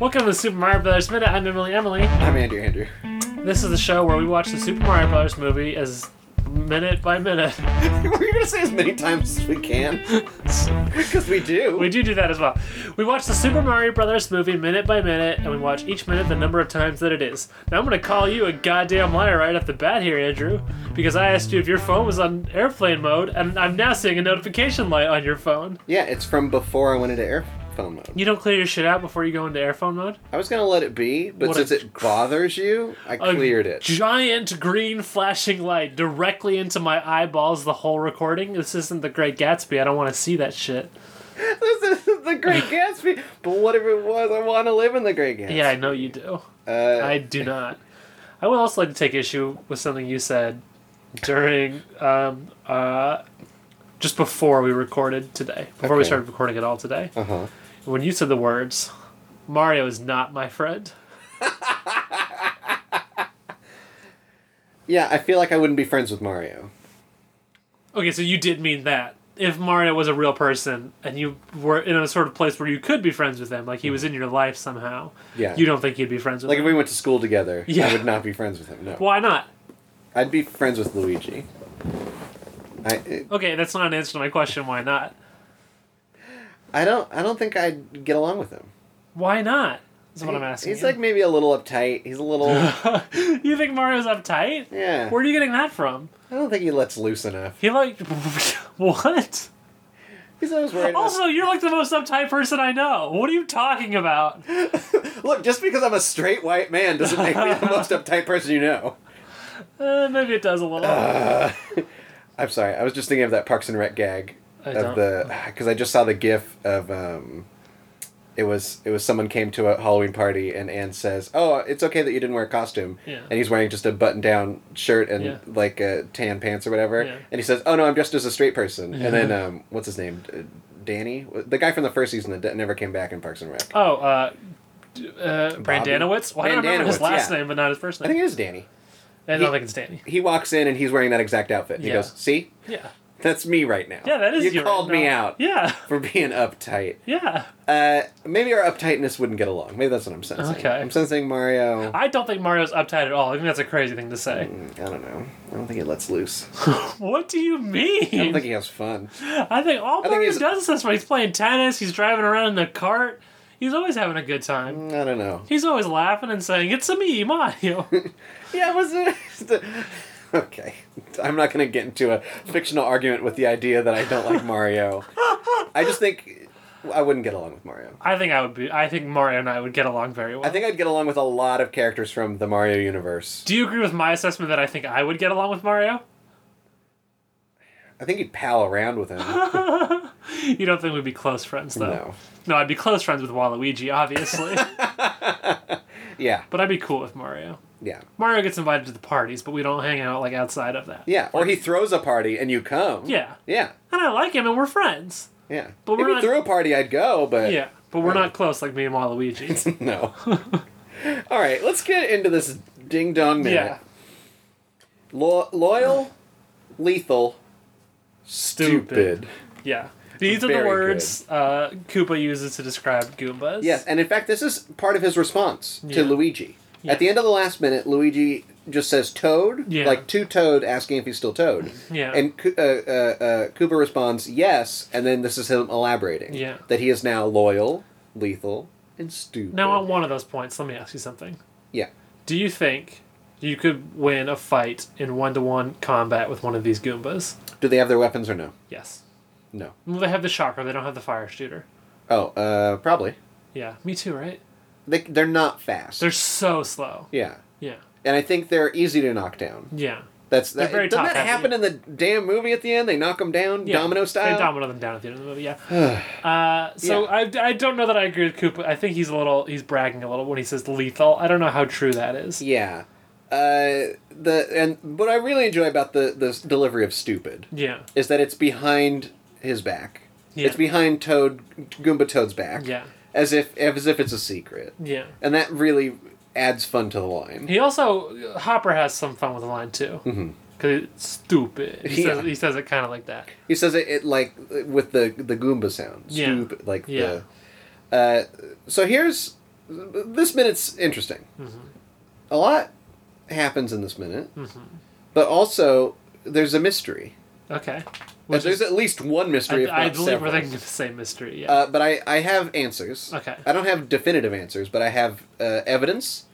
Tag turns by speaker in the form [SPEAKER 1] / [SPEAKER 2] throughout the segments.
[SPEAKER 1] Welcome to the Super Mario Brothers Minute. I'm Emily Emily.
[SPEAKER 2] I'm Andrew Andrew.
[SPEAKER 1] This is the show where we watch the Super Mario Brothers movie as minute by minute.
[SPEAKER 2] We're gonna say as many times as we can because we do.
[SPEAKER 1] We do do that as well. We watch the Super Mario Brothers movie minute by minute, and we watch each minute the number of times that it is. Now I'm gonna call you a goddamn liar right off the bat here, Andrew, because I asked you if your phone was on airplane mode, and I'm now seeing a notification light on your phone.
[SPEAKER 2] yeah, it's from before I went into airphone mode.
[SPEAKER 1] You don't clear your shit out before you go into airphone mode.
[SPEAKER 2] I was gonna let it be, but
[SPEAKER 1] What a
[SPEAKER 2] since it bothers you, I
[SPEAKER 1] A
[SPEAKER 2] cleared it.
[SPEAKER 1] Giant green flashing light directly into my eyeballs the whole recording. This isn't the Great Gatsby. I don't want to see that shit.
[SPEAKER 2] this is the Great Gatsby. But whatever it was, I want to live in the Great Gatsby.
[SPEAKER 1] Yeah, I know you do.
[SPEAKER 2] Uh,
[SPEAKER 1] I do not. I would also like to take issue with something you said during, um, uh, just before we recorded today, before we
[SPEAKER 2] Okay.
[SPEAKER 1] started recording at all today.
[SPEAKER 2] Uh huh.
[SPEAKER 1] When you said the words, Mario is not my friend.
[SPEAKER 2] Yeah, I feel like I wouldn't be friends with Mario.
[SPEAKER 1] Okay, so you did mean that. If Mario was a real person and you were in a sort of place where you could be friends with him, like he was in your life somehow,
[SPEAKER 2] Yeah.
[SPEAKER 1] you don't think you'd be friends with
[SPEAKER 2] Like
[SPEAKER 1] him?
[SPEAKER 2] if we went to school together,
[SPEAKER 1] Yeah.
[SPEAKER 2] I would not be friends with him. No,
[SPEAKER 1] Why not?
[SPEAKER 2] I'd be friends with Luigi. I
[SPEAKER 1] Okay, that's not an answer to my question. Why not?
[SPEAKER 2] I don't I don't think I'd get along with him.
[SPEAKER 1] Why not? Is what I'm asking.
[SPEAKER 2] He's
[SPEAKER 1] you.
[SPEAKER 2] like maybe a little uptight. He's a little
[SPEAKER 1] you think Mario's uptight?
[SPEAKER 2] yeah.
[SPEAKER 1] Where are you getting that from?
[SPEAKER 2] I don't think he lets loose enough.
[SPEAKER 1] He like what?
[SPEAKER 2] He's always worried.
[SPEAKER 1] Also, you're like the most uptight person I know. What are you talking about?
[SPEAKER 2] Look, just because I'm a straight white man doesn't make me the most uptight person you know.
[SPEAKER 1] Uh, maybe it does a little.
[SPEAKER 2] I'm sorry. I was just thinking of that Parks and Rec gag
[SPEAKER 1] I
[SPEAKER 2] of
[SPEAKER 1] don't-
[SPEAKER 2] the because I just saw the GIF of um, it was it was someone came to a Halloween party and Anne says, "Oh, it's okay that you didn't wear a costume,"
[SPEAKER 1] Yeah.
[SPEAKER 2] and he's wearing just a button down shirt and
[SPEAKER 1] Yeah.
[SPEAKER 2] like uh, tan pants or whatever,
[SPEAKER 1] Yeah.
[SPEAKER 2] and he says, "Oh no, I'm dressed as a straight person," and then um, what's his name, D- Danny, the guy from the first season that d- never came back in Parks and Rec.
[SPEAKER 1] oh, uh, d- uh, Brandanowitz. Why don't I remember his
[SPEAKER 2] Brandanowitz,
[SPEAKER 1] last
[SPEAKER 2] yeah.
[SPEAKER 1] name but not his first
[SPEAKER 2] I
[SPEAKER 1] name?
[SPEAKER 2] think it is Danny.
[SPEAKER 1] I don't
[SPEAKER 2] he-
[SPEAKER 1] think it's Danny.
[SPEAKER 2] He walks in and he's wearing that exact outfit. He
[SPEAKER 1] Yeah.
[SPEAKER 2] goes, "See,
[SPEAKER 1] Yeah,
[SPEAKER 2] that's me right now."
[SPEAKER 1] yeah, that is
[SPEAKER 2] you
[SPEAKER 1] your-
[SPEAKER 2] called me
[SPEAKER 1] no.
[SPEAKER 2] out
[SPEAKER 1] Yeah,
[SPEAKER 2] for being uptight.
[SPEAKER 1] yeah.
[SPEAKER 2] Uh, maybe our uptightness wouldn't get along. Maybe that's what I'm sensing.
[SPEAKER 1] Okay.
[SPEAKER 2] I'm sensing Mario. I,
[SPEAKER 1] I don't think Mario's uptight at all. I think that's a crazy thing to say.
[SPEAKER 2] don't know. I don't think he lets loose.
[SPEAKER 1] What do you mean?
[SPEAKER 2] Mm. I don't think he has fun.
[SPEAKER 1] I think all
[SPEAKER 2] think
[SPEAKER 1] Mario
[SPEAKER 2] he's-
[SPEAKER 1] does is this when he's playing tennis, he's driving around in a cart. He's always having a good time.
[SPEAKER 2] I don't know.
[SPEAKER 1] He's always laughing and saying, "It's a me, Mario."
[SPEAKER 2] Yeah, it was it? okay. I'm not gonna get into a fictional argument with the idea that I don't like Mario. I just think I wouldn't get along with Mario.
[SPEAKER 1] I think I would be. I think Mario and I would get along very well.
[SPEAKER 2] I think I'd get along with a lot of characters from the Mario universe.
[SPEAKER 1] Do you agree with my assessment that I think I would get along with Mario?
[SPEAKER 2] I think you'd pal around with him. no.
[SPEAKER 1] You don't think we'd be close friends, though? No, I'd be close friends with Waluigi, obviously.
[SPEAKER 2] Yeah.
[SPEAKER 1] but I'd be cool with Mario.
[SPEAKER 2] Yeah.
[SPEAKER 1] Mario gets invited to the parties, but we don't hang out like outside of that.
[SPEAKER 2] Yeah. Or he throws a party and you come.
[SPEAKER 1] Yeah.
[SPEAKER 2] Yeah.
[SPEAKER 1] And I like him, and we're friends.
[SPEAKER 2] Yeah.
[SPEAKER 1] But
[SPEAKER 2] if
[SPEAKER 1] we're
[SPEAKER 2] you
[SPEAKER 1] not-
[SPEAKER 2] threw a party, I'd go, but
[SPEAKER 1] Yeah, but we're not close like me and Waluigi.
[SPEAKER 2] no. All right, let's get into this ding dong minute.
[SPEAKER 1] yeah.
[SPEAKER 2] Lo- loyal, lethal, stupid.
[SPEAKER 1] Yeah. These are the
[SPEAKER 2] Very
[SPEAKER 1] words uh, Koopa uses to describe Goombas.
[SPEAKER 2] Yes, and in fact, this is part of his response
[SPEAKER 1] Yeah.
[SPEAKER 2] to Luigi.
[SPEAKER 1] Yeah.
[SPEAKER 2] At the end of the last minute, Luigi just says Toad,
[SPEAKER 1] Yeah.
[SPEAKER 2] like to Toad, asking if he's still Toad.
[SPEAKER 1] Yeah.
[SPEAKER 2] And Ko- uh, uh, uh, Koopa responds, yes, and then this is him elaborating.
[SPEAKER 1] Yeah.
[SPEAKER 2] That he is now loyal, lethal, and stupid.
[SPEAKER 1] Now, on one of those points, let me ask you something.
[SPEAKER 2] Yeah.
[SPEAKER 1] Do you think you could win a fight in one to one combat with one of these Goombas?
[SPEAKER 2] Do they have their weapons or no?
[SPEAKER 1] Yes.
[SPEAKER 2] No.
[SPEAKER 1] Well, they have the shocker, they don't have the fire shooter.
[SPEAKER 2] Oh, uh, probably.
[SPEAKER 1] Yeah, me too, right?
[SPEAKER 2] They, they're not fast.
[SPEAKER 1] They're so slow.
[SPEAKER 2] yeah.
[SPEAKER 1] Yeah.
[SPEAKER 2] And I think they're easy to knock down.
[SPEAKER 1] Yeah.
[SPEAKER 2] That's that,
[SPEAKER 1] very
[SPEAKER 2] doesn't
[SPEAKER 1] top
[SPEAKER 2] that
[SPEAKER 1] heavy.
[SPEAKER 2] happen in the damn movie at the end? They knock them down,
[SPEAKER 1] yeah.
[SPEAKER 2] domino style.
[SPEAKER 1] They domino them down at the end of the movie, yeah. uh, so I, I don't know that I agree with Koopa. I think he's a little, he's bragging a little when he says lethal. I don't know how true that is.
[SPEAKER 2] yeah. Uh, the and what I really enjoy about the the s- delivery of stupid
[SPEAKER 1] Yeah.
[SPEAKER 2] is that it's behind his back.
[SPEAKER 1] Yeah.
[SPEAKER 2] It's behind Toad Goomba Toad's back.
[SPEAKER 1] Yeah.
[SPEAKER 2] As if as if it's a secret,
[SPEAKER 1] Yeah.
[SPEAKER 2] and that really adds fun to the line.
[SPEAKER 1] He also Hopper has some fun with the line too, because it's stupid. He,
[SPEAKER 2] Mm-hmm. Yeah.
[SPEAKER 1] says, he says it kind of like that.
[SPEAKER 2] He says it, it like with the the Goomba sound,
[SPEAKER 1] Yeah.
[SPEAKER 2] stupid, like
[SPEAKER 1] Yeah.
[SPEAKER 2] the. Uh, so here's this minute's interesting.
[SPEAKER 1] Mm-hmm.
[SPEAKER 2] A lot happens in this minute,
[SPEAKER 1] Mm-hmm.
[SPEAKER 2] but also there's a mystery.
[SPEAKER 1] Okay.
[SPEAKER 2] Uh, there's at least one mystery. if
[SPEAKER 1] I, I
[SPEAKER 2] not
[SPEAKER 1] believe
[SPEAKER 2] several.
[SPEAKER 1] we're thinking of the same mystery. Yeah.
[SPEAKER 2] Uh, but I, I have answers.
[SPEAKER 1] Okay.
[SPEAKER 2] I don't have definitive answers, but I have uh, evidence.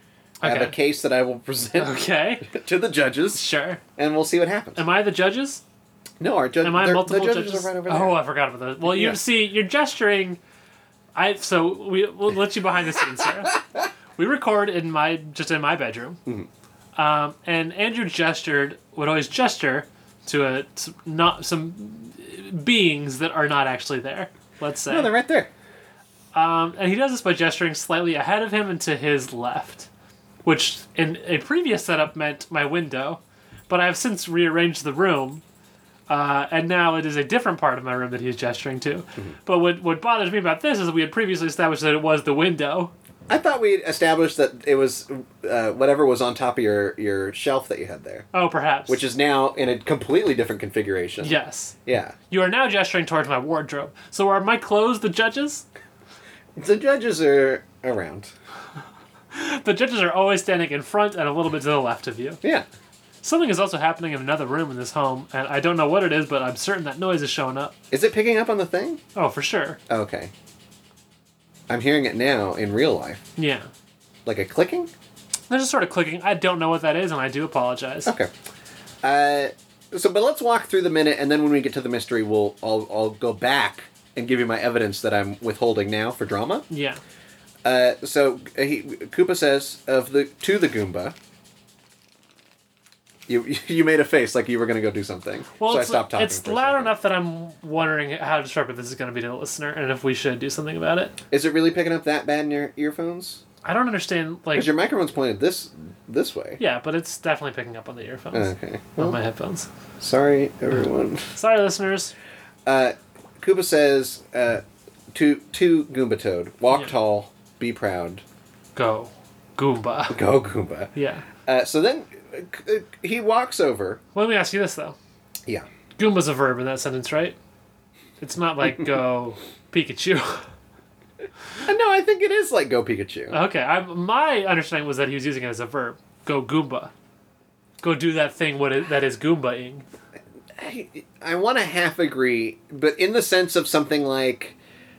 [SPEAKER 2] I have
[SPEAKER 1] Okay.
[SPEAKER 2] a case that I will present
[SPEAKER 1] okay.
[SPEAKER 2] to the judges,
[SPEAKER 1] Sure.
[SPEAKER 2] and we'll see what happens.
[SPEAKER 1] Am I the judges?
[SPEAKER 2] no, our judge.
[SPEAKER 1] Am I
[SPEAKER 2] they're-
[SPEAKER 1] multiple
[SPEAKER 2] the judges, are right over there.
[SPEAKER 1] Oh, I forgot about those. Well, you
[SPEAKER 2] Yeah.
[SPEAKER 1] see, you're gesturing. I so we we'll let you behind the scenes, Sarah. we record in my just in my bedroom, um, and Andrew gestured would always gesture to a s- not some beings that are not actually there. Let's say,
[SPEAKER 2] no, they're right there.
[SPEAKER 1] um, and he does this by gesturing slightly ahead of him and to his left, which in a previous setup meant my window, but I have since rearranged the room, uh, and now it is a different part of my room that he's gesturing to.
[SPEAKER 2] Mm-hmm.
[SPEAKER 1] But what what bothers me about this is that we had previously established that it was the window.
[SPEAKER 2] I thought we established that it was uh, whatever was on top of your, your shelf that you had there,
[SPEAKER 1] Oh, perhaps.
[SPEAKER 2] which is now in a completely different configuration.
[SPEAKER 1] yes.
[SPEAKER 2] Yeah.
[SPEAKER 1] You are now gesturing towards my wardrobe. So are my clothes the judges?
[SPEAKER 2] The judges are around.
[SPEAKER 1] The judges are always standing in front and a little bit to the left of you.
[SPEAKER 2] Yeah.
[SPEAKER 1] Something is also happening in another room in this home, and I don't know what it is, but I'm certain that noise is showing up.
[SPEAKER 2] Is it picking up on the thing?
[SPEAKER 1] Oh, for sure.
[SPEAKER 2] Okay. I'm hearing it now in real life.
[SPEAKER 1] Yeah.
[SPEAKER 2] Like a clicking?
[SPEAKER 1] They're just sort of clicking. I don't know what that is, and I do apologize.
[SPEAKER 2] Okay. Uh, so, but let's walk through the minute, and then when we get to the mystery, we'll I'll, I'll go back and give you my evidence that I'm withholding now for drama.
[SPEAKER 1] Yeah.
[SPEAKER 2] Uh, so uh, he, Koopa says of the to the Goomba. You you made a face like you were gonna go do something.
[SPEAKER 1] Well,
[SPEAKER 2] so I
[SPEAKER 1] it's,
[SPEAKER 2] stopped talking.
[SPEAKER 1] it's
[SPEAKER 2] for a
[SPEAKER 1] loud
[SPEAKER 2] second.
[SPEAKER 1] enough that I'm wondering how disruptive this is going to be to the listener, and if we should do something about it.
[SPEAKER 2] Is it really picking up that bad in your earphones?
[SPEAKER 1] I don't understand. Like,
[SPEAKER 2] Because your microphone's pointed this this way.
[SPEAKER 1] yeah, but it's definitely picking up on the earphones,
[SPEAKER 2] Okay.
[SPEAKER 1] on my headphones.
[SPEAKER 2] Sorry, everyone.
[SPEAKER 1] Sorry, listeners.
[SPEAKER 2] Uh, Koopa says uh, to to Goomba Toad, walk
[SPEAKER 1] Yeah.
[SPEAKER 2] tall, be proud,
[SPEAKER 1] Go, Goomba.
[SPEAKER 2] go Goomba.
[SPEAKER 1] Yeah.
[SPEAKER 2] Uh, so then uh, K- uh, he walks over.
[SPEAKER 1] Let me ask you this though.
[SPEAKER 2] Yeah.
[SPEAKER 1] Goomba's a verb in that sentence, right? It's not like go Pikachu.
[SPEAKER 2] Uh, no, I think it is like go Pikachu.
[SPEAKER 1] okay. I, my understanding was that he was using it as a verb. Go Goomba. Go do that thing. What is, that is Goombaing.
[SPEAKER 2] I, I want to half agree, but in the sense of something like,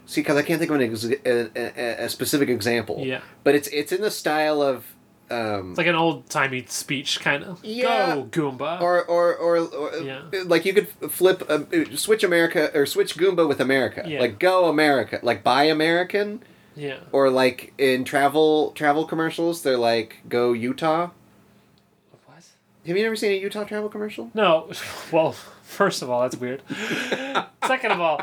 [SPEAKER 2] see, because I can't think of an ex- a, a, a specific example.
[SPEAKER 1] Yeah.
[SPEAKER 2] But it's it's in the style of, um,
[SPEAKER 1] It's like an old timey speech kind of.
[SPEAKER 2] Yeah.
[SPEAKER 1] Go Goomba.
[SPEAKER 2] or or or, or
[SPEAKER 1] Yeah.
[SPEAKER 2] like you could flip um, switch America or switch Goomba with America,
[SPEAKER 1] Yeah.
[SPEAKER 2] like go America, like buy American,
[SPEAKER 1] yeah.
[SPEAKER 2] or like in travel travel commercials, they're like go Utah.
[SPEAKER 1] What?
[SPEAKER 2] Have you never seen a Utah travel commercial?
[SPEAKER 1] No. Well, first of all, that's weird. Second of all,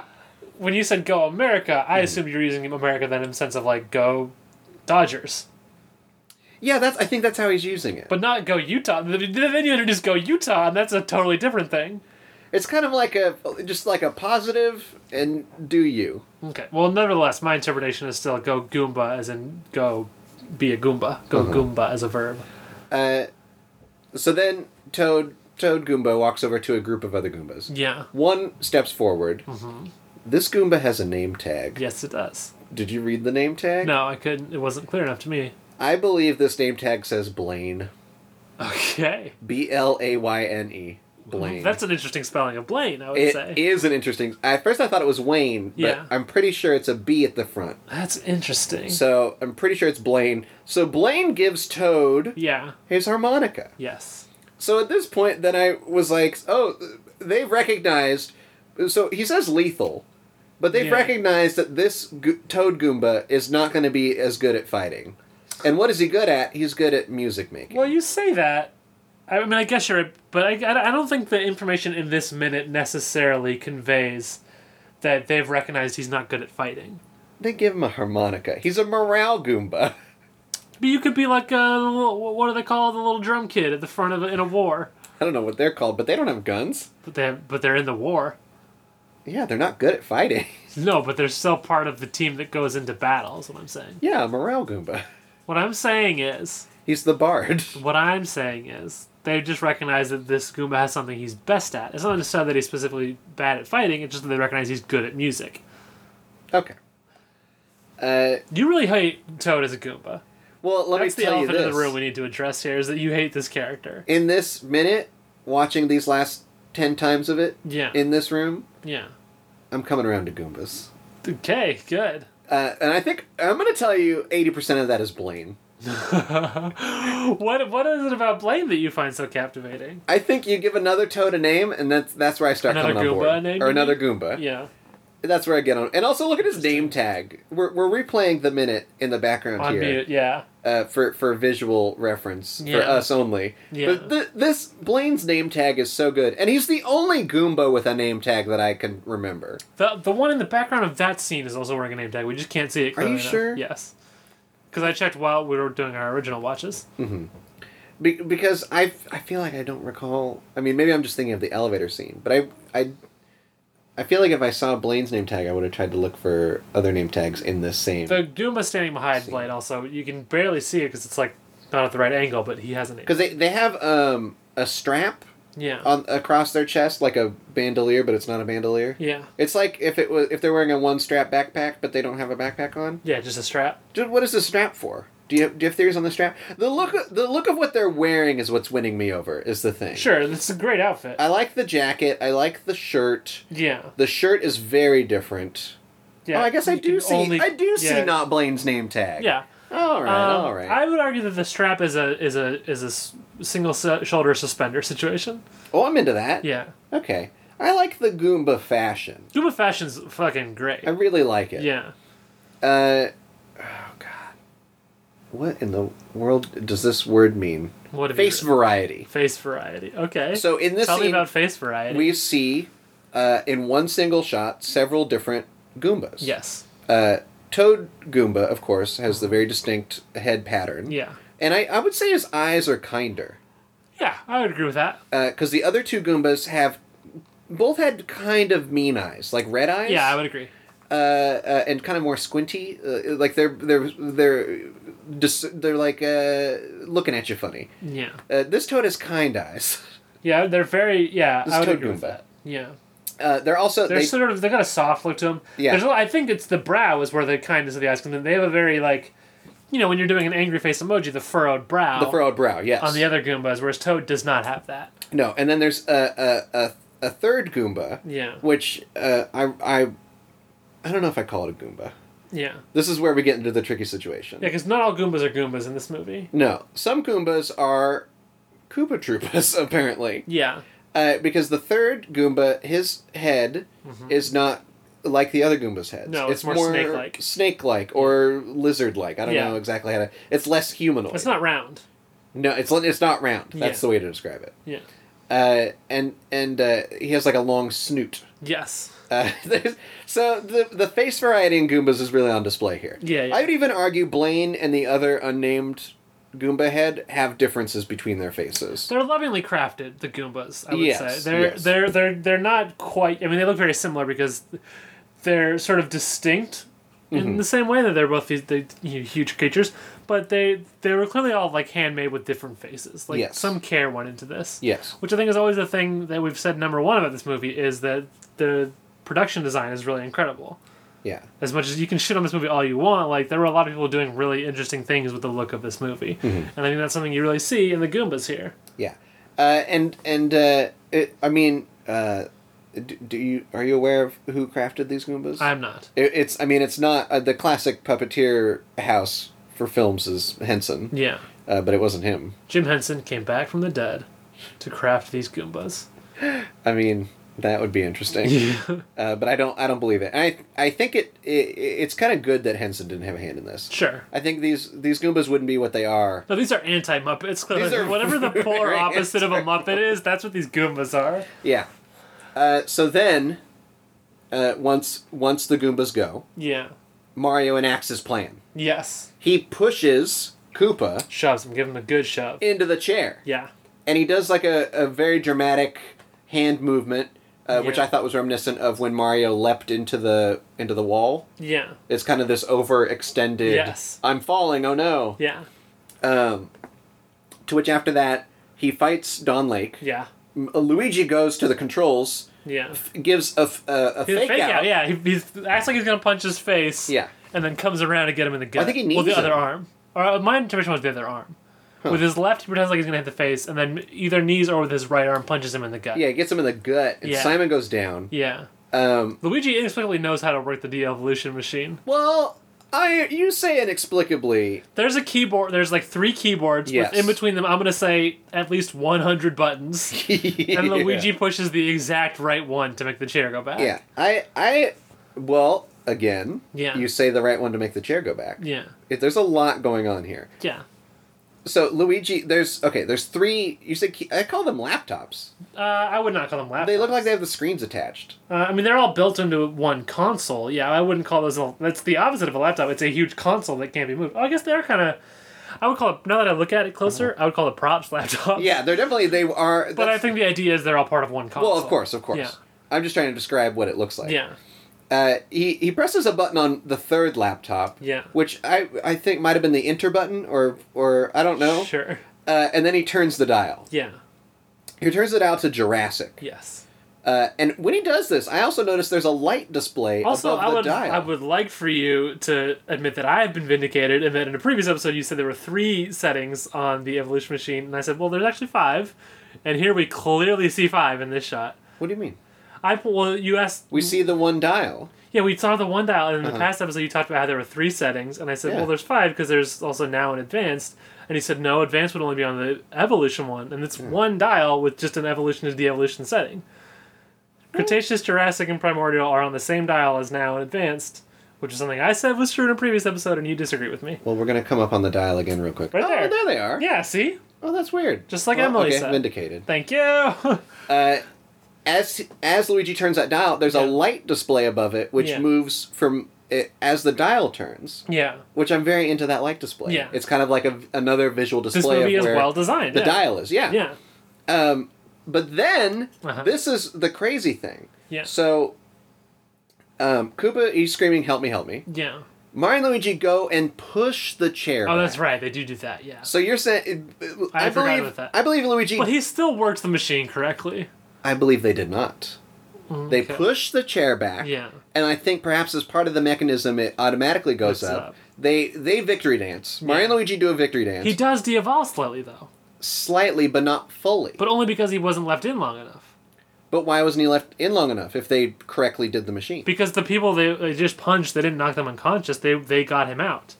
[SPEAKER 1] when you said go America,
[SPEAKER 2] Hmm.
[SPEAKER 1] I assumed you were using America then in the sense of like go Dodgers,
[SPEAKER 2] Yeah, that's I think that's how he's using it.
[SPEAKER 1] but not go Utah. Then then you introduce go Utah, and that's a totally different thing.
[SPEAKER 2] It's kind of like a just like a positive and do you.
[SPEAKER 1] Okay. Well, nevertheless, my interpretation is still go Goomba as in go be a Goomba. Go
[SPEAKER 2] Mm-hmm.
[SPEAKER 1] Goomba as a verb.
[SPEAKER 2] Uh, so then Toad Toad Goomba walks over to a group of other Goombas.
[SPEAKER 1] Yeah.
[SPEAKER 2] One steps forward.
[SPEAKER 1] Mm-hmm.
[SPEAKER 2] This Goomba has a name tag.
[SPEAKER 1] Yes, it does.
[SPEAKER 2] Did you read the name tag?
[SPEAKER 1] No, I couldn't. It wasn't clear enough to me.
[SPEAKER 2] I believe this name tag says Blaine.
[SPEAKER 1] Okay.
[SPEAKER 2] B L A Y N E. Blaine.
[SPEAKER 1] Mm-hmm. That's an interesting spelling of Blaine, I would
[SPEAKER 2] It
[SPEAKER 1] say.
[SPEAKER 2] is an interesting. At first, I thought it was Wayne, but
[SPEAKER 1] Yeah.
[SPEAKER 2] I'm pretty sure it's a B at the front.
[SPEAKER 1] That's interesting.
[SPEAKER 2] So I'm pretty sure it's Blaine. So Blaine gives Toad
[SPEAKER 1] yeah.
[SPEAKER 2] his harmonica.
[SPEAKER 1] Yes.
[SPEAKER 2] So at this point, then I was like, oh, they've recognized. So he says lethal, but they've
[SPEAKER 1] Yeah.
[SPEAKER 2] recognized that this go- Toad Goomba is not going to be as good at fighting. And what is he good at? He's good at music making.
[SPEAKER 1] Well, you say that. I mean, I guess you're right, but I, I I don't think the information in this minute necessarily conveys that they've recognized he's not good at fighting.
[SPEAKER 2] They give him a harmonica. He's a morale Goomba.
[SPEAKER 1] But you could be like a little- what do they call the little drum kid at the front of a, in a war?
[SPEAKER 2] I don't know what they're called, but they don't have guns.
[SPEAKER 1] But they have, but they're in the war.
[SPEAKER 2] Yeah, they're not good at fighting.
[SPEAKER 1] No, but they're still part of the team that goes into battle. Is what I'm saying.
[SPEAKER 2] yeah, morale Goomba.
[SPEAKER 1] What I'm saying is,
[SPEAKER 2] He's the bard.
[SPEAKER 1] what I'm saying is, they just recognize that this Goomba has something he's best at. It's not necessarily that he's specifically bad at fighting. It's just that they recognize he's good at music.
[SPEAKER 2] Okay. Uh,
[SPEAKER 1] You really hate Toad as a Goomba.
[SPEAKER 2] well, let
[SPEAKER 1] That's
[SPEAKER 2] me
[SPEAKER 1] the
[SPEAKER 2] tell you
[SPEAKER 1] elephant
[SPEAKER 2] this.
[SPEAKER 1] in the room we need to address here is that you hate this character.
[SPEAKER 2] in this minute, watching these last ten times of it
[SPEAKER 1] Yeah.
[SPEAKER 2] in this room,
[SPEAKER 1] yeah.
[SPEAKER 2] I'm coming around to Goombas.
[SPEAKER 1] Okay, good.
[SPEAKER 2] Uh, and I think I'm going to tell you 80% of that is Blaine.
[SPEAKER 1] what what is it about Blaine that you find so captivating?
[SPEAKER 2] I think you give another toad a name, and that's that's where I start
[SPEAKER 1] Another
[SPEAKER 2] coming on
[SPEAKER 1] Goomba
[SPEAKER 2] board.
[SPEAKER 1] name,
[SPEAKER 2] or
[SPEAKER 1] you
[SPEAKER 2] another
[SPEAKER 1] mean?
[SPEAKER 2] Goomba.
[SPEAKER 1] Yeah.
[SPEAKER 2] That's where I get on. And also look at his name tag. We're, we're replaying the minute in the background
[SPEAKER 1] On
[SPEAKER 2] here
[SPEAKER 1] mute, yeah.
[SPEAKER 2] Uh, for for visual reference
[SPEAKER 1] Yeah.
[SPEAKER 2] for us only.
[SPEAKER 1] Yeah.
[SPEAKER 2] But th- this Blaine's name tag is so good, and he's the only Goomba with a name tag that I can remember.
[SPEAKER 1] The the one in the background of that scene is also wearing a name tag. We just can't see it.
[SPEAKER 2] Are
[SPEAKER 1] Clearly
[SPEAKER 2] you
[SPEAKER 1] enough.
[SPEAKER 2] sure?
[SPEAKER 1] Yes. Because I checked while we were doing our original watches.
[SPEAKER 2] Be- because I I feel like I don't recall. I mean, maybe I'm just thinking of the elevator scene, but I I I feel like if I saw Blaine's name tag, I would have tried to look for other name tags in this same.
[SPEAKER 1] The Goomba standing behind Blaine also, you can barely see it because it's like not at the right angle, but he has a name.
[SPEAKER 2] Because they they have um a strap
[SPEAKER 1] Yeah.
[SPEAKER 2] on across their chest like a bandolier, but it's not a bandolier.
[SPEAKER 1] yeah.
[SPEAKER 2] It's like if it was if they're wearing a one strap backpack, but they don't have a backpack on.
[SPEAKER 1] Yeah, just a strap.
[SPEAKER 2] Dude, what is the strap for? Do you, have, do you have theories on the strap? The look the look of what they're wearing is what's winning me over. Is the thing.
[SPEAKER 1] Sure, it's a great outfit.
[SPEAKER 2] I like the jacket. I like the shirt.
[SPEAKER 1] yeah.
[SPEAKER 2] The shirt is very different.
[SPEAKER 1] Yeah.
[SPEAKER 2] oh, I guess I
[SPEAKER 1] you
[SPEAKER 2] do
[SPEAKER 1] can
[SPEAKER 2] see.
[SPEAKER 1] only-
[SPEAKER 2] I do see
[SPEAKER 1] yeah.
[SPEAKER 2] not Blaine's name tag.
[SPEAKER 1] Yeah.
[SPEAKER 2] All right.
[SPEAKER 1] Um,
[SPEAKER 2] all right.
[SPEAKER 1] I would argue that the strap is a is a is a s- single se- shoulder suspender situation.
[SPEAKER 2] oh, I'm into that.
[SPEAKER 1] Yeah.
[SPEAKER 2] Okay. I like the Goomba fashion.
[SPEAKER 1] Goomba fashion's fucking great.
[SPEAKER 2] I really like it.
[SPEAKER 1] yeah.
[SPEAKER 2] Uh, oh God. What in the world does this word mean?
[SPEAKER 1] What have you
[SPEAKER 2] Face
[SPEAKER 1] written?
[SPEAKER 2] variety.
[SPEAKER 1] Face variety. Okay.
[SPEAKER 2] So in this
[SPEAKER 1] tell me
[SPEAKER 2] scene,
[SPEAKER 1] about face variety.
[SPEAKER 2] we see uh, in one single shot several different Goombas.
[SPEAKER 1] yes.
[SPEAKER 2] Uh, Toad Goomba, of course, has the very distinct head pattern.
[SPEAKER 1] Yeah.
[SPEAKER 2] And I, I would say his eyes are kinder.
[SPEAKER 1] Yeah, I would agree with that.
[SPEAKER 2] Because Uh, the other two Goombas have both had kind of mean eyes, like red eyes.
[SPEAKER 1] Yeah, I would agree.
[SPEAKER 2] uh, uh, and kind of more squinty. Uh, like they're they're they're just they're like uh, looking at you funny.
[SPEAKER 1] Yeah.
[SPEAKER 2] Uh, this toad has kind eyes.
[SPEAKER 1] Yeah, they're very. Yeah,
[SPEAKER 2] This is
[SPEAKER 1] I would
[SPEAKER 2] Toad
[SPEAKER 1] agree with
[SPEAKER 2] Goomba.
[SPEAKER 1] that. Yeah.
[SPEAKER 2] Uh, they're also
[SPEAKER 1] They're
[SPEAKER 2] they,
[SPEAKER 1] sort of they got a soft look to them.
[SPEAKER 2] Yeah.
[SPEAKER 1] There's a, I think it's the brow is where the kindness of the eyes comes in. They have a very like, you know, when you're doing an angry face emoji, the furrowed brow.
[SPEAKER 2] the furrowed brow. Yes.
[SPEAKER 1] on the other Goombas, whereas Toad does not have that.
[SPEAKER 2] no, and then there's a a, a, a third Goomba.
[SPEAKER 1] Yeah.
[SPEAKER 2] Which uh, I I I don't know if I call it a Goomba.
[SPEAKER 1] Yeah.
[SPEAKER 2] This is where we get into the tricky situation.
[SPEAKER 1] Yeah, because not all Goombas are Goombas in this movie.
[SPEAKER 2] No, some Goombas are Koopa Troopas apparently.
[SPEAKER 1] Yeah.
[SPEAKER 2] Uh, because the third Goomba, his head is not like the other Goomba's heads.
[SPEAKER 1] Mm-hmm. No, it's more snake-like.
[SPEAKER 2] snake-like or lizard-like. I don't
[SPEAKER 1] Yeah.
[SPEAKER 2] know exactly how to. It's less humanoid.
[SPEAKER 1] It's not round.
[SPEAKER 2] No, it's it's not round. That's
[SPEAKER 1] Yeah.
[SPEAKER 2] the way to describe it.
[SPEAKER 1] Yeah.
[SPEAKER 2] Uh, and and uh, he has like a long snoot.
[SPEAKER 1] Yes.
[SPEAKER 2] Uh, there's- so the the face variety in Goombas is really on display here.
[SPEAKER 1] Yeah, yeah.
[SPEAKER 2] I would even argue Blaine and the other unnamed Goomba head have differences between their faces.
[SPEAKER 1] They're lovingly crafted, the Goombas, I would
[SPEAKER 2] Yes,
[SPEAKER 1] say. They're
[SPEAKER 2] yes.
[SPEAKER 1] they're they're they're not quite I mean they look very similar because they're sort of distinct
[SPEAKER 2] Mm-hmm.
[SPEAKER 1] in the same way that they're both these they, you know, huge creatures, but they they were clearly all like handmade with different faces. Like
[SPEAKER 2] Yes.
[SPEAKER 1] some care went into this.
[SPEAKER 2] Yes.
[SPEAKER 1] Which I think is always the thing that we've said number one about this movie is that the production design is really incredible.
[SPEAKER 2] Yeah.
[SPEAKER 1] as much as you can shit on this movie all you want, like there were a lot of people doing really interesting things with the look of this movie,
[SPEAKER 2] Mm-hmm.
[SPEAKER 1] and I think that's something you really see in the Goombas here.
[SPEAKER 2] Yeah, uh, and and uh, it, I mean, uh, do, do you are you aware of who crafted these Goombas?
[SPEAKER 1] I'm not.
[SPEAKER 2] It- it's I mean, it's not uh, the classic puppeteer house for films is Henson,
[SPEAKER 1] Yeah,
[SPEAKER 2] uh, but it wasn't him.
[SPEAKER 1] Jim Henson came back from the dead to craft these Goombas.
[SPEAKER 2] I mean, that would be interesting, uh, but I don't I don't believe it. And I I think it, it it's kind of good that Henson didn't have a hand in this.
[SPEAKER 1] Sure.
[SPEAKER 2] I think these these Goombas wouldn't be what they are.
[SPEAKER 1] No, these are anti Muppets.
[SPEAKER 2] These are
[SPEAKER 1] Whatever the polar
[SPEAKER 2] very
[SPEAKER 1] opposite of a Muppet is, that's what these Goombas are.
[SPEAKER 2] Yeah. Uh, so then, uh, once once the Goombas go,
[SPEAKER 1] Yeah.
[SPEAKER 2] Mario enacts his plan.
[SPEAKER 1] Yes.
[SPEAKER 2] he pushes Koopa
[SPEAKER 1] Shoves him. Give him a good shove.
[SPEAKER 2] into the chair.
[SPEAKER 1] Yeah.
[SPEAKER 2] And he does like a, a very dramatic hand movement, uh, which
[SPEAKER 1] Yeah.
[SPEAKER 2] I thought was reminiscent of when Mario leapt into the into the wall.
[SPEAKER 1] Yeah.
[SPEAKER 2] It's kind of this overextended
[SPEAKER 1] Yes.
[SPEAKER 2] I'm falling, oh no.
[SPEAKER 1] Yeah.
[SPEAKER 2] Um, to which after that he fights Don Lake.
[SPEAKER 1] Yeah.
[SPEAKER 2] M- Luigi goes to the controls
[SPEAKER 1] Yeah.
[SPEAKER 2] gives a, f- a- a
[SPEAKER 1] He's
[SPEAKER 2] fake, out.
[SPEAKER 1] Yeah, he he's, acts like he's gonna punch his face.
[SPEAKER 2] Yeah.
[SPEAKER 1] And then comes around to get him in the gut.
[SPEAKER 2] I think he
[SPEAKER 1] Well, the
[SPEAKER 2] knees
[SPEAKER 1] other
[SPEAKER 2] him.
[SPEAKER 1] arm. Or uh, my interpretation was the other arm. With his left, he pretends like he's gonna hit the face, and then either knees or with his right arm punches him in the gut.
[SPEAKER 2] Yeah, it gets him in the gut, and
[SPEAKER 1] Yeah.
[SPEAKER 2] Simon goes down.
[SPEAKER 1] Yeah.
[SPEAKER 2] Um,
[SPEAKER 1] Luigi inexplicably knows how to work the de-evolution machine.
[SPEAKER 2] well, I you say inexplicably.
[SPEAKER 1] There's a keyboard. There's like three keyboards.
[SPEAKER 2] Yes.
[SPEAKER 1] With, in between them, I'm gonna say at least 100 buttons. And Luigi pushes the exact right one to make the chair go back.
[SPEAKER 2] Yeah, I, I, well, again.
[SPEAKER 1] Yeah.
[SPEAKER 2] You say the right one to make the chair go back.
[SPEAKER 1] Yeah.
[SPEAKER 2] If there's a lot going on here.
[SPEAKER 1] Yeah.
[SPEAKER 2] So Luigi, there's okay. There's three. You said key, I call them laptops.
[SPEAKER 1] Uh, I would not call them laptops.
[SPEAKER 2] They look like they have the screens attached.
[SPEAKER 1] Uh, I mean, they're all built into one console. Yeah, I wouldn't call those. A, that's the opposite of a laptop. It's a huge console that can't be moved. Oh, I guess they're kind of. I would call it. Now that I look at it closer, I would call it props laptop.
[SPEAKER 2] Uh-huh. Yeah, they're definitely they are.
[SPEAKER 1] But I
[SPEAKER 2] that's-
[SPEAKER 1] think the idea is they're all part of one console.
[SPEAKER 2] Well, of course, of course.
[SPEAKER 1] Yeah.
[SPEAKER 2] I'm just trying to describe what it looks like.
[SPEAKER 1] Yeah.
[SPEAKER 2] Uh, he he presses a button on the third laptop.
[SPEAKER 1] Yeah.
[SPEAKER 2] Which I I think might have been the enter button or or I don't know.
[SPEAKER 1] Sure.
[SPEAKER 2] Uh, and then he turns the dial.
[SPEAKER 1] Yeah.
[SPEAKER 2] He turns it out to Jurassic.
[SPEAKER 1] Yes.
[SPEAKER 2] Uh, and when he does this, I also notice there's a light display
[SPEAKER 1] Also,
[SPEAKER 2] above
[SPEAKER 1] I
[SPEAKER 2] the
[SPEAKER 1] would
[SPEAKER 2] dial.
[SPEAKER 1] I would like for you to admit that I have been vindicated, and that in a previous episode you said there were three settings on the evolution machine, and I said, well, there's actually five, and here we clearly see five in this shot.
[SPEAKER 2] What do you mean?
[SPEAKER 1] I well, you asked
[SPEAKER 2] We see the one dial.
[SPEAKER 1] Yeah, we saw the one dial, and in the
[SPEAKER 2] Uh-huh.
[SPEAKER 1] past episode you talked about how there were three settings, and I said,
[SPEAKER 2] Yeah.
[SPEAKER 1] well, there's five because there's also now and advanced, and he said, no, advanced would only be on the evolution one, and it's one dial with just an evolution to de-evolution setting. Cretaceous, Jurassic, and Primordial are on the same dial as now and advanced, which is something I said was true in a previous episode, and you disagree with me.
[SPEAKER 2] Well, we're gonna come up on the dial again real quick.
[SPEAKER 1] Right
[SPEAKER 2] oh,
[SPEAKER 1] there.
[SPEAKER 2] there they are.
[SPEAKER 1] Yeah, see,
[SPEAKER 2] Oh, that's weird.
[SPEAKER 1] Just like
[SPEAKER 2] Well,
[SPEAKER 1] Emily
[SPEAKER 2] okay,
[SPEAKER 1] said.
[SPEAKER 2] Vindicated.
[SPEAKER 1] thank you.
[SPEAKER 2] Uh, as as Luigi turns that dial, there's
[SPEAKER 1] Yeah.
[SPEAKER 2] a light display above it, which
[SPEAKER 1] Yeah.
[SPEAKER 2] moves from it, as the dial turns.
[SPEAKER 1] yeah,
[SPEAKER 2] Which I'm very into that light display.
[SPEAKER 1] Yeah.
[SPEAKER 2] It's kind of like a, another visual
[SPEAKER 1] this
[SPEAKER 2] display
[SPEAKER 1] movie
[SPEAKER 2] of
[SPEAKER 1] is
[SPEAKER 2] where
[SPEAKER 1] well designed.
[SPEAKER 2] the
[SPEAKER 1] yeah.
[SPEAKER 2] dial is. Yeah.
[SPEAKER 1] Yeah,
[SPEAKER 2] Um, but then
[SPEAKER 1] Uh-huh.
[SPEAKER 2] this is the crazy thing.
[SPEAKER 1] Yeah.
[SPEAKER 2] So, um, Koopa, he's screaming, "Help me! Help me!"
[SPEAKER 1] yeah.
[SPEAKER 2] Mario and Luigi go and push the chair.
[SPEAKER 1] Oh, that's
[SPEAKER 2] back.
[SPEAKER 1] right. They do do that. Yeah,
[SPEAKER 2] So you're saying
[SPEAKER 1] I
[SPEAKER 2] I,
[SPEAKER 1] forgot
[SPEAKER 2] believe
[SPEAKER 1] about that.
[SPEAKER 2] I believe Luigi.
[SPEAKER 1] but he still works the machine correctly.
[SPEAKER 2] I believe they did not. They
[SPEAKER 1] Mm, Okay.
[SPEAKER 2] push the chair back.
[SPEAKER 1] Yeah.
[SPEAKER 2] And I think perhaps as part of the mechanism, it automatically goes
[SPEAKER 1] Lifts
[SPEAKER 2] up.
[SPEAKER 1] up.
[SPEAKER 2] They they victory dance. Mario and Luigi do a victory dance.
[SPEAKER 1] He does de-evolve slightly though,
[SPEAKER 2] slightly, but not fully.
[SPEAKER 1] but only because he wasn't left in long enough.
[SPEAKER 2] But why wasn't he left in long enough if they correctly did the machine?
[SPEAKER 1] Because the people they, they just punched, they didn't knock them unconscious. They they got him out.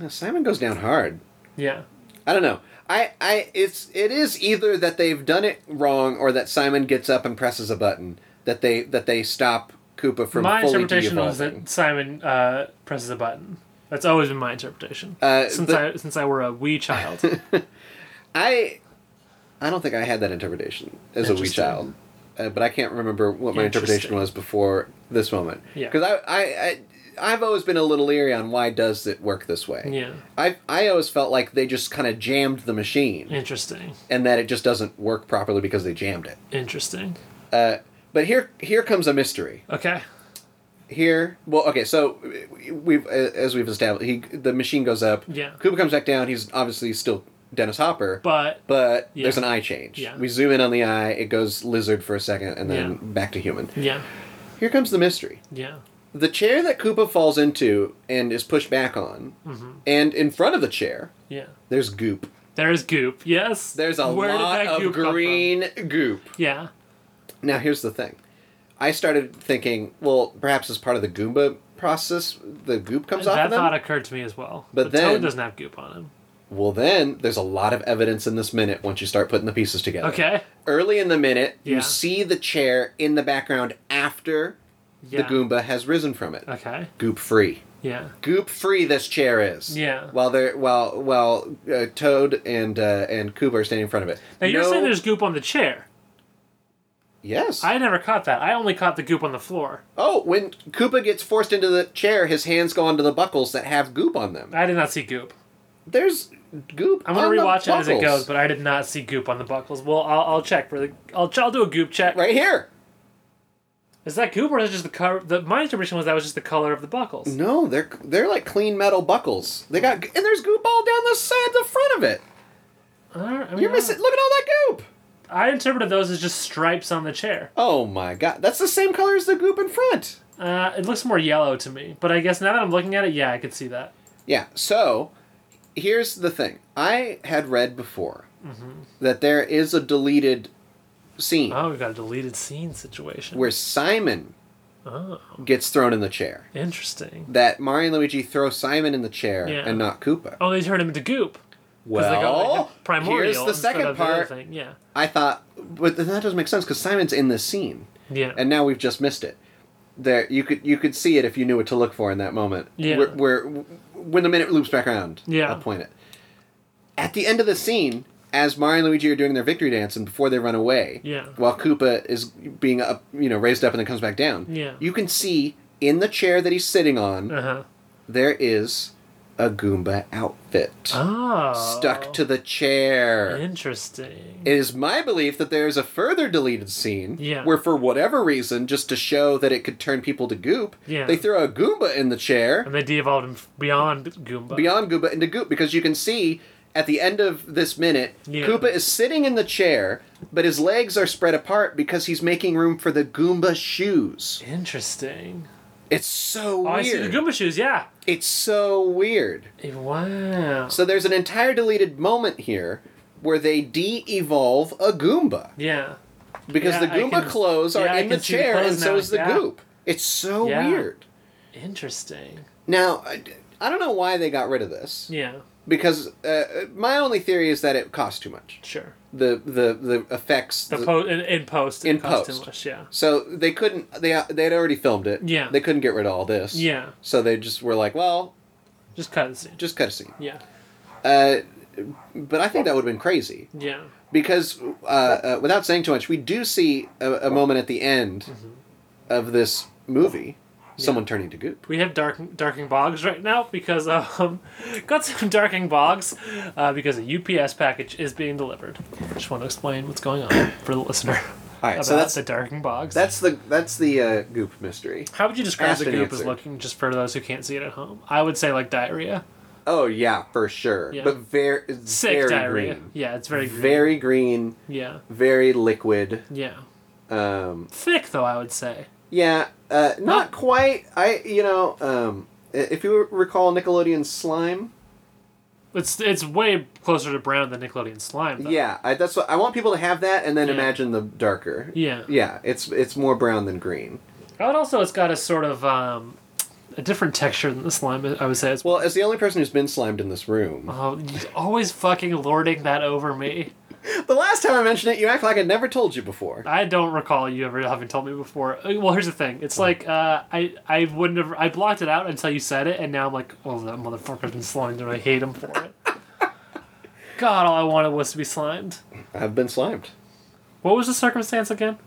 [SPEAKER 2] Now, Simon goes down hard.
[SPEAKER 1] Yeah,
[SPEAKER 2] I don't know. I, I it's it is either that they've done it wrong or that Simon gets up and presses a button that they that they stop Koopa from
[SPEAKER 1] my
[SPEAKER 2] fully
[SPEAKER 1] interpretation was
[SPEAKER 2] de-evolving.
[SPEAKER 1] that Simon uh, presses a button. That's always been my interpretation
[SPEAKER 2] Uh,
[SPEAKER 1] since
[SPEAKER 2] the-
[SPEAKER 1] I since I were a wee child.
[SPEAKER 2] I I don't think I had that interpretation as a wee
[SPEAKER 1] Interesting.
[SPEAKER 2] child, uh, but I can't remember what my interpretation
[SPEAKER 1] Interesting.
[SPEAKER 2] was before this moment.
[SPEAKER 1] Yeah.
[SPEAKER 2] Because I, I I I've always been a little leery on why does it work this way.
[SPEAKER 1] yeah,
[SPEAKER 2] I I always felt like they just kind of jammed the machine
[SPEAKER 1] interesting,
[SPEAKER 2] and that it just doesn't work properly because they jammed it.
[SPEAKER 1] interesting.
[SPEAKER 2] Uh, but here here comes a mystery.
[SPEAKER 1] Okay,
[SPEAKER 2] Here, well, okay, so we- we've as we've established, he the machine goes up.
[SPEAKER 1] Yeah.
[SPEAKER 2] Koopa comes back down. He's obviously still Dennis Hopper.
[SPEAKER 1] but
[SPEAKER 2] But
[SPEAKER 1] Yeah.
[SPEAKER 2] there's an eye change.
[SPEAKER 1] Yeah.
[SPEAKER 2] We zoom in on the eye, it goes lizard for a second, and then
[SPEAKER 1] Yeah.
[SPEAKER 2] back to human.
[SPEAKER 1] yeah,
[SPEAKER 2] Here comes the mystery.
[SPEAKER 1] yeah,
[SPEAKER 2] The chair that Koopa falls into and is pushed back on,
[SPEAKER 1] Mm-hmm.
[SPEAKER 2] and in front of the chair,
[SPEAKER 1] yeah.
[SPEAKER 2] there's goop.
[SPEAKER 1] There is goop. Yes.
[SPEAKER 2] There's a
[SPEAKER 1] Where did
[SPEAKER 2] lot
[SPEAKER 1] that
[SPEAKER 2] of
[SPEAKER 1] goop come from?
[SPEAKER 2] green goop.
[SPEAKER 1] Yeah.
[SPEAKER 2] Now, here's the thing. I started thinking, well, perhaps as part of the Goomba process, the goop comes off
[SPEAKER 1] That
[SPEAKER 2] of them.
[SPEAKER 1] thought occurred to me as well.
[SPEAKER 2] But
[SPEAKER 1] But
[SPEAKER 2] then-
[SPEAKER 1] Toad doesn't have goop on him.
[SPEAKER 2] Well, then there's a lot of evidence in this minute once you start putting the pieces together.
[SPEAKER 1] Okay.
[SPEAKER 2] Early in the minute,
[SPEAKER 1] Yeah.
[SPEAKER 2] you see the chair in the background after
[SPEAKER 1] Yeah.
[SPEAKER 2] the Goomba has risen from it.
[SPEAKER 1] Okay.
[SPEAKER 2] Goop free.
[SPEAKER 1] Yeah.
[SPEAKER 2] Goop free. This chair is.
[SPEAKER 1] Yeah.
[SPEAKER 2] While they're while while uh, Toad and uh, and Koopa are standing in front of it.
[SPEAKER 1] Now you're
[SPEAKER 2] No-
[SPEAKER 1] saying there's goop on the chair.
[SPEAKER 2] yes.
[SPEAKER 1] I never caught that. I only caught the goop on the floor.
[SPEAKER 2] oh, when Koopa gets forced into the chair, his hands go onto the buckles that have goop on them.
[SPEAKER 1] I did not see goop.
[SPEAKER 2] There's goop.
[SPEAKER 1] I'm gonna
[SPEAKER 2] on the
[SPEAKER 1] rewatch it as it
[SPEAKER 2] buckles.
[SPEAKER 1] goes, but I did not see goop on the buckles. Well, I'll, I'll check for the. I'll, ch- I'll do a goop check.
[SPEAKER 2] right here.
[SPEAKER 1] Is that goop or is that just the color? The, my interpretation was that was just the color of the buckles.
[SPEAKER 2] No, they're they're like clean metal buckles. They got and there's goop all down the side, the front of it.
[SPEAKER 1] I don't- I mean,
[SPEAKER 2] You're
[SPEAKER 1] I don't-
[SPEAKER 2] missing. Look at all that goop.
[SPEAKER 1] I interpreted those as just stripes on the chair.
[SPEAKER 2] Oh my god, that's the same color as the group in front.
[SPEAKER 1] Uh, it looks more yellow to me, but I guess now that I'm looking at it, yeah, I could see that.
[SPEAKER 2] Yeah. So, here's the thing. I had read before that there is a deleted scene
[SPEAKER 1] Mm-hmm. Oh, we've got a deleted scene situation.
[SPEAKER 2] where Simon
[SPEAKER 1] oh,
[SPEAKER 2] gets thrown in the chair.
[SPEAKER 1] interesting.
[SPEAKER 2] That Mario and Luigi throw Simon in the chair
[SPEAKER 1] Yeah.
[SPEAKER 2] and not Koopa.
[SPEAKER 1] Oh, they turned him into goop. 'cause they got, like,
[SPEAKER 2] well,
[SPEAKER 1] the primordial
[SPEAKER 2] here's the
[SPEAKER 1] instead
[SPEAKER 2] second
[SPEAKER 1] of the other
[SPEAKER 2] part.
[SPEAKER 1] Thing. Yeah,
[SPEAKER 2] I thought, but then that doesn't make sense because Simon's in this scene,
[SPEAKER 1] yeah.
[SPEAKER 2] and now we've just missed it. There, you could you could see it if you knew what to look for in that moment.
[SPEAKER 1] Yeah.
[SPEAKER 2] Where, where when the minute loops back around,
[SPEAKER 1] Yeah.
[SPEAKER 2] I'll point it. At the end of the scene, as Mario and Luigi are doing their victory dance, and before they run away,
[SPEAKER 1] Yeah.
[SPEAKER 2] while Koopa is being up, you know, raised up and then comes back down,
[SPEAKER 1] Yeah.
[SPEAKER 2] you can see in the chair that he's sitting on
[SPEAKER 1] uh huh.
[SPEAKER 2] there is a Goomba outfit
[SPEAKER 1] Oh,
[SPEAKER 2] stuck to the chair.
[SPEAKER 1] Interesting.
[SPEAKER 2] It is my belief that there is a further deleted scene
[SPEAKER 1] Yeah.
[SPEAKER 2] where, for whatever reason, just to show that it could turn people to goop,
[SPEAKER 1] Yeah.
[SPEAKER 2] they throw a Goomba in the chair
[SPEAKER 1] and they de-evolved him f- beyond Goomba.
[SPEAKER 2] beyond Goomba into goop because you can see at the end of this minute,
[SPEAKER 1] Yeah.
[SPEAKER 2] Koopa is sitting in the chair, but his legs are spread apart because he's making room for the Goomba shoes.
[SPEAKER 1] Interesting.
[SPEAKER 2] It's so
[SPEAKER 1] Oh, I see the
[SPEAKER 2] weird.
[SPEAKER 1] Goomba shoes. Yeah.
[SPEAKER 2] it's so weird.
[SPEAKER 1] Wow.
[SPEAKER 2] So there's an entire deleted moment here where they de-evolve a Goomba.
[SPEAKER 1] Yeah.
[SPEAKER 2] because
[SPEAKER 1] Yeah,
[SPEAKER 2] the
[SPEAKER 1] I
[SPEAKER 2] Goomba
[SPEAKER 1] can-
[SPEAKER 2] clothes are
[SPEAKER 1] yeah, I
[SPEAKER 2] in the
[SPEAKER 1] can see the
[SPEAKER 2] chair,
[SPEAKER 1] clothes
[SPEAKER 2] and so
[SPEAKER 1] now,
[SPEAKER 2] is the
[SPEAKER 1] yeah.
[SPEAKER 2] goop. It's so
[SPEAKER 1] Yeah.
[SPEAKER 2] weird.
[SPEAKER 1] Interesting.
[SPEAKER 2] Now, I, I don't know why they got rid of this
[SPEAKER 1] Yeah.
[SPEAKER 2] because uh, my only theory is that it costs too much.
[SPEAKER 1] Sure.
[SPEAKER 2] The the the effects.
[SPEAKER 1] The
[SPEAKER 2] the-
[SPEAKER 1] po- in, in post.
[SPEAKER 2] In
[SPEAKER 1] it cost too
[SPEAKER 2] post.
[SPEAKER 1] much, Yeah.
[SPEAKER 2] so they couldn't. They they had already filmed it.
[SPEAKER 1] Yeah.
[SPEAKER 2] They couldn't get rid of all this.
[SPEAKER 1] Yeah.
[SPEAKER 2] So they just were like, well,
[SPEAKER 1] Just cut the scene.
[SPEAKER 2] just cut a scene.
[SPEAKER 1] Yeah.
[SPEAKER 2] Uh, but I think that would have been crazy.
[SPEAKER 1] Yeah.
[SPEAKER 2] because uh, uh, without saying too much, we do see a, a moment at the end
[SPEAKER 1] Mm-hmm.
[SPEAKER 2] of this movie, someone turning to goop.
[SPEAKER 1] We have dark darking bogs right now because um got some darking bogs uh, because a UPS package is being delivered. Just want to explain what's going on for the listener
[SPEAKER 2] All right,
[SPEAKER 1] about
[SPEAKER 2] so that's
[SPEAKER 1] the darking bogs.
[SPEAKER 2] that's the that's the uh, goop mystery.
[SPEAKER 1] How would you describe
[SPEAKER 2] Ask
[SPEAKER 1] the
[SPEAKER 2] and
[SPEAKER 1] goop as
[SPEAKER 2] answer.
[SPEAKER 1] looking? Just for those who can't see it at home, I would say like diarrhea,
[SPEAKER 2] Oh yeah, for sure.
[SPEAKER 1] Yeah.
[SPEAKER 2] But very it's
[SPEAKER 1] sick
[SPEAKER 2] very
[SPEAKER 1] diarrhea.
[SPEAKER 2] green,
[SPEAKER 1] Yeah, it's very green.
[SPEAKER 2] very green,
[SPEAKER 1] yeah,
[SPEAKER 2] very liquid.
[SPEAKER 1] yeah.
[SPEAKER 2] Um,
[SPEAKER 1] Thick though, I would say.
[SPEAKER 2] yeah, uh, not quite. I you know um, i- if you recall Nickelodeon slime.
[SPEAKER 1] It's it's way closer to brown than Nickelodeon slime. Though.
[SPEAKER 2] Yeah, I, that's what I want people to have that, and then
[SPEAKER 1] Yeah.
[SPEAKER 2] imagine the darker.
[SPEAKER 1] Yeah.
[SPEAKER 2] Yeah, it's it's more brown than green.
[SPEAKER 1] And also, it's got a sort of um, a different texture than the slime. I would say. It's
[SPEAKER 2] Well, as the only person who's been slimed in this room,
[SPEAKER 1] Oh, he's always fucking lording that over me.
[SPEAKER 2] the last time I mentioned it, you act like I never told you before.
[SPEAKER 1] I don't recall you ever having told me before. Uh, Well, here's the thing. It's like uh, I I wouldn't have. I blocked it out until you said it, and now I'm like, oh, that motherfucker's been slimed, and I hate him for it. God, all I wanted was to be slimed.
[SPEAKER 2] I've been slimed.
[SPEAKER 1] What was the circumstance again?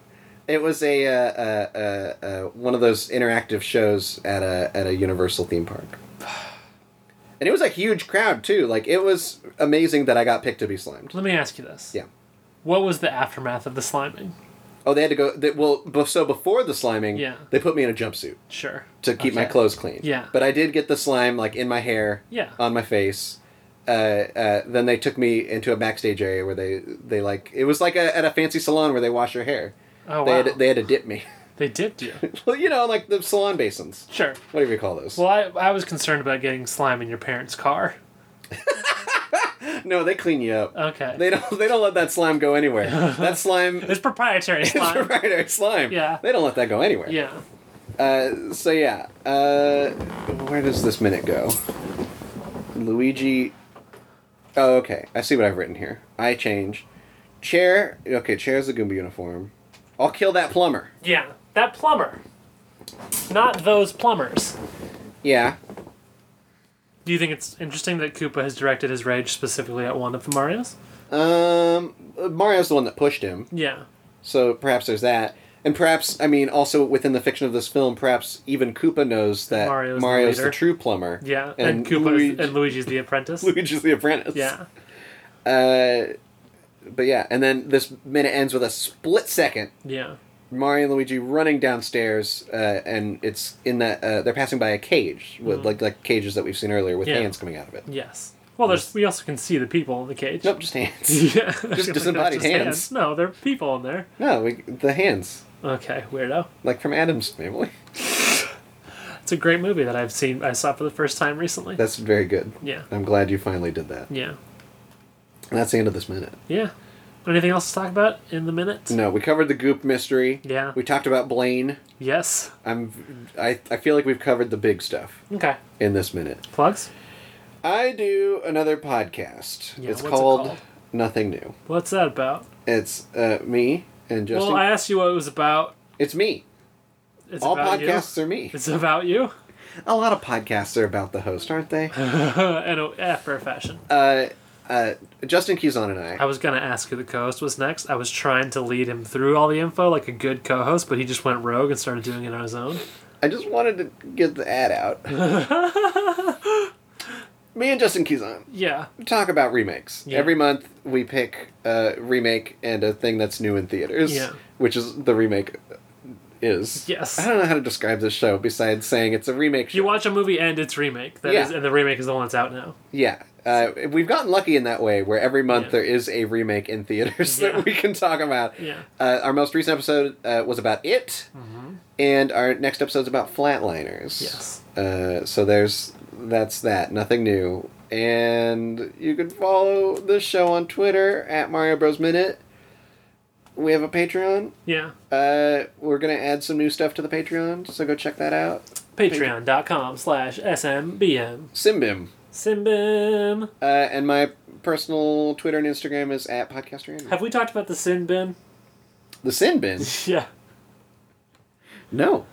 [SPEAKER 2] It was a uh, uh, uh, uh, one of those interactive shows at a at a Universal theme park, and it was a huge crowd too. Like it was amazing that I got picked to be slimed.
[SPEAKER 1] Let me ask you this.
[SPEAKER 2] Yeah.
[SPEAKER 1] What was the aftermath of the sliming?
[SPEAKER 2] Oh, they had to go. They, well, bef- so before the sliming,
[SPEAKER 1] Yeah.
[SPEAKER 2] they put me in a jumpsuit
[SPEAKER 1] Sure.
[SPEAKER 2] to keep my
[SPEAKER 1] Okay.
[SPEAKER 2] clothes clean.
[SPEAKER 1] Yeah.
[SPEAKER 2] But I did get the slime like in my hair.
[SPEAKER 1] Yeah.
[SPEAKER 2] on my face. Uh, uh, then they took me into a backstage area where they they like it was like a, at a fancy salon where they wash your hair.
[SPEAKER 1] Oh
[SPEAKER 2] they
[SPEAKER 1] wow.
[SPEAKER 2] had they had to dip me.
[SPEAKER 1] They dipped you.
[SPEAKER 2] well, you know, like the salon basins.
[SPEAKER 1] Sure.
[SPEAKER 2] Whatever you call those.
[SPEAKER 1] Well, I, I was concerned about getting slime in your parents' car.
[SPEAKER 2] no, they clean you up.
[SPEAKER 1] Okay.
[SPEAKER 2] They don't they don't let that slime go anywhere. that slime is
[SPEAKER 1] it's proprietary slime.
[SPEAKER 2] proprietary slime.
[SPEAKER 1] Yeah.
[SPEAKER 2] They don't let that go anywhere.
[SPEAKER 1] Yeah.
[SPEAKER 2] Uh, so yeah. Uh, where does this minute go? Luigi. Oh, okay. I see what I've written here. I change. Chair. Okay, chair's the Goomba uniform. I'll kill that plumber.
[SPEAKER 1] Yeah, that plumber. Not those plumbers.
[SPEAKER 2] Yeah.
[SPEAKER 1] Do you think it's interesting that Koopa has directed his rage specifically at one of the Marios?
[SPEAKER 2] Um, Mario's the one that pushed him,
[SPEAKER 1] Yeah.
[SPEAKER 2] so perhaps there's that. And perhaps, I mean, also within the fiction of this film, perhaps even Koopa knows that
[SPEAKER 1] Mario's
[SPEAKER 2] Mario's,
[SPEAKER 1] the
[SPEAKER 2] the,
[SPEAKER 1] leader.
[SPEAKER 2] true plumber.
[SPEAKER 1] Yeah. And,
[SPEAKER 2] And,
[SPEAKER 1] Koopa
[SPEAKER 2] Luigi,
[SPEAKER 1] is, and Luigi's the apprentice.
[SPEAKER 2] Luigi's the apprentice.
[SPEAKER 1] Yeah.
[SPEAKER 2] Uh, but yeah, and then this minute ends with a split second
[SPEAKER 1] Yeah.
[SPEAKER 2] Mario and Luigi running downstairs, uh, and it's in that uh, they're passing by a cage with like like cages that we've seen earlier with
[SPEAKER 1] Mm-hmm. Yeah.
[SPEAKER 2] hands coming out of it.
[SPEAKER 1] Yes. Well, there's we also can see the people in the cage.
[SPEAKER 2] Nope, just hands.
[SPEAKER 1] Yeah. Just
[SPEAKER 2] disembodied hands.
[SPEAKER 1] No, there are people in there.
[SPEAKER 2] no, we, the hands.
[SPEAKER 1] Okay, weirdo.
[SPEAKER 2] Like from Adam's family.
[SPEAKER 1] It's a great movie that I've seen. I saw for the first time recently.
[SPEAKER 2] That's very good.
[SPEAKER 1] Yeah.
[SPEAKER 2] I'm glad you finally did that.
[SPEAKER 1] Yeah.
[SPEAKER 2] And that's the end of this minute.
[SPEAKER 1] Yeah. Anything else to talk about in the minute?
[SPEAKER 2] No, we covered the goop mystery.
[SPEAKER 1] Yeah.
[SPEAKER 2] We talked about Blaine.
[SPEAKER 1] Yes.
[SPEAKER 2] I'm I, I feel like we've covered the big stuff
[SPEAKER 1] Okay.
[SPEAKER 2] in this minute.
[SPEAKER 1] Plugs.
[SPEAKER 2] I do another podcast.
[SPEAKER 1] Yeah,
[SPEAKER 2] it's
[SPEAKER 1] what's it
[SPEAKER 2] called,
[SPEAKER 1] called?
[SPEAKER 2] Nothing New.
[SPEAKER 1] What's that about?
[SPEAKER 2] It's uh, me and Justin.
[SPEAKER 1] Well, I asked you what it was about.
[SPEAKER 2] it's me.
[SPEAKER 1] It's
[SPEAKER 2] All
[SPEAKER 1] about
[SPEAKER 2] podcasts
[SPEAKER 1] you.
[SPEAKER 2] are me.
[SPEAKER 1] It's about you,
[SPEAKER 2] A lot of podcasts are about the host, aren't they?
[SPEAKER 1] and a- after a fashion.
[SPEAKER 2] uh, uh, Justin Keyson and I.
[SPEAKER 1] I was gonna ask who the co-host was next. I was trying to lead him through all the info like a good co-host, but he just went rogue and started doing it on his own.
[SPEAKER 2] I just wanted to get the ad out. Me and Justin Keyson
[SPEAKER 1] Yeah.
[SPEAKER 2] talk about remakes.
[SPEAKER 1] Yeah.
[SPEAKER 2] Every month we pick a remake and a thing that's new in theaters,
[SPEAKER 1] Yeah.
[SPEAKER 2] which is the remake is.
[SPEAKER 1] Yes.
[SPEAKER 2] I don't know how to describe this show besides saying it's a remake show.
[SPEAKER 1] You watch a movie and its remake. That is,
[SPEAKER 2] Yeah.
[SPEAKER 1] and the remake is the one that's out now.
[SPEAKER 2] yeah. Uh, we've gotten lucky in that way where every month
[SPEAKER 1] Yeah.
[SPEAKER 2] there is a remake in theaters
[SPEAKER 1] Yeah.
[SPEAKER 2] that we can talk about.
[SPEAKER 1] Yeah.
[SPEAKER 2] Uh, our most recent episode uh, was about it, and our next episode's about flatliners.
[SPEAKER 1] Mm-hmm. Yes.
[SPEAKER 2] Uh, so there's that's that. Nothing new. And you can follow the show on Twitter at Mario Bros Minute. We have a Patreon.
[SPEAKER 1] Yeah.
[SPEAKER 2] Uh, we're gonna add some new stuff to the Patreon, so go check that out.
[SPEAKER 1] Patreon.com slash SMBM.
[SPEAKER 2] Simbim.
[SPEAKER 1] Sinbin.
[SPEAKER 2] Uh, and my personal Twitter and Instagram is at podcaster. Andy.
[SPEAKER 1] Have we talked about the sin bin?
[SPEAKER 2] The sin bin?
[SPEAKER 1] Yeah.
[SPEAKER 2] No.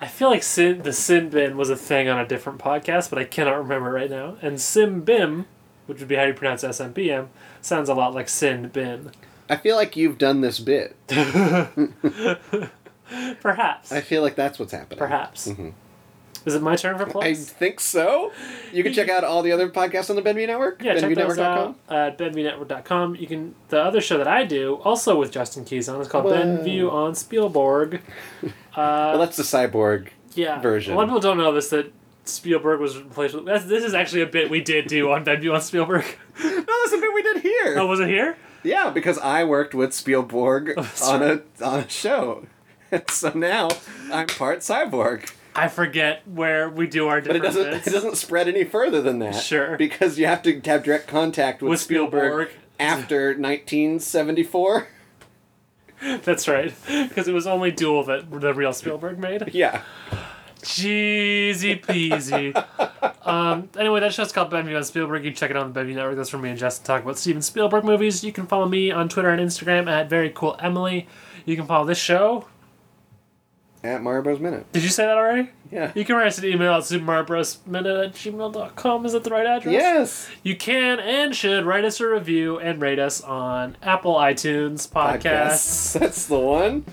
[SPEAKER 1] I feel like sin the sin bin was a thing on a different podcast, but I cannot remember right now. And sin bim, which would be how you pronounce SMBM, sounds a lot like sin bin.
[SPEAKER 2] I feel like you've done this bit.
[SPEAKER 1] Perhaps.
[SPEAKER 2] I Mm-hmm. feel like that's what's happening.
[SPEAKER 1] Perhaps. Is it my turn for
[SPEAKER 2] I
[SPEAKER 1] plugs?
[SPEAKER 2] think so. You can check out all the other podcasts on the Benview Network.
[SPEAKER 1] yeah, check those
[SPEAKER 2] BenviewNetwork.com.
[SPEAKER 1] out at BenviewNetwork.com. You can the other show that I do, also with Justin Keys on, is called
[SPEAKER 2] Whoa.
[SPEAKER 1] Benview on Spielberg.
[SPEAKER 2] Well, that's the cyborg.
[SPEAKER 1] yeah.
[SPEAKER 2] version.
[SPEAKER 1] A lot of people don't know this that Spielberg was replaced with. That's, this is actually a bit we did do on Benview on Spielberg.
[SPEAKER 2] No, that's a bit we did here.
[SPEAKER 1] oh, was it here?
[SPEAKER 2] Yeah, because I worked with Spielberg
[SPEAKER 1] that's
[SPEAKER 2] on a on a show, so now I'm part cyborg.
[SPEAKER 1] I forget where we do our
[SPEAKER 2] But it
[SPEAKER 1] different
[SPEAKER 2] doesn't
[SPEAKER 1] bits.
[SPEAKER 2] it doesn't spread any further than that.
[SPEAKER 1] Sure.
[SPEAKER 2] Because you have to have direct contact with,
[SPEAKER 1] With
[SPEAKER 2] Spielberg,
[SPEAKER 1] Spielberg.
[SPEAKER 2] after 1974.
[SPEAKER 1] That's right, because it was only Duel that the real Spielberg made.
[SPEAKER 2] Yeah.
[SPEAKER 1] Jeezy peasy. um, anyway, that show's called Benview on Spielberg. You can check it on the Benview Network. That's from me and Justin talk about Steven Spielberg movies. You can follow me on Twitter and Instagram at Very Cool Emily. You can follow this show.
[SPEAKER 2] At Mario Bros Minute.
[SPEAKER 1] Did you say that already?
[SPEAKER 2] Yeah.
[SPEAKER 1] You can write us an email at supermariobrosminute at gmail.com. Is that the right address?
[SPEAKER 2] Yes.
[SPEAKER 1] You can and should write us a review and rate us on Apple iTunes podcasts.
[SPEAKER 2] Podcasts. That's the one.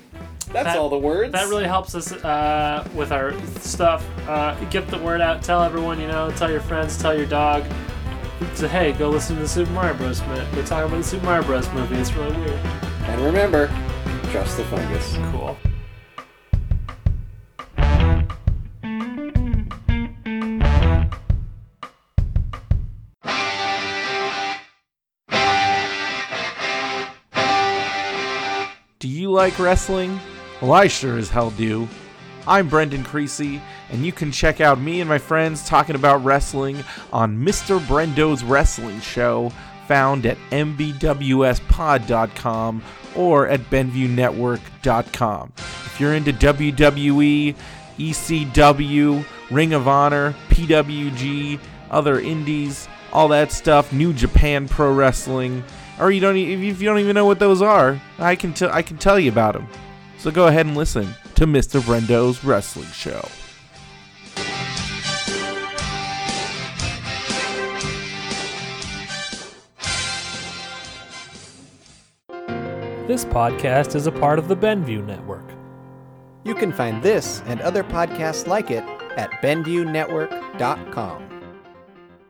[SPEAKER 2] That's
[SPEAKER 1] That-
[SPEAKER 2] all the words.
[SPEAKER 1] That really helps us uh, with our stuff. Uh, get the word out. Tell everyone you know. Tell your friends. Tell your dog. So, hey, go listen to the Super Mario Bros. minute. We're talking about the Super Mario Bros. movie. It's really weird.
[SPEAKER 2] And remember, trust the fungus.
[SPEAKER 1] Cool.
[SPEAKER 3] Do you like wrestling? Well, I sure as hell do. I'm Brendan Creasy, and you can check out me and my friends talking about wrestling on Mr. Brendo's Wrestling Show, found at mbwspod.com or at benviewnetwork.com. If you're into E, WWE, ECW, Ring of Honor, PWG, other indies, all that stuff, New Japan Pro Wrestling, or you don't e- if you don't even know what those are, I can tell I can tell you about them. So go ahead and listen to Mr. Brendo's Wrestling Show.
[SPEAKER 1] This podcast is a part of the Benview Network.
[SPEAKER 2] You can find this and other podcasts like it at BenviewNetwork.com.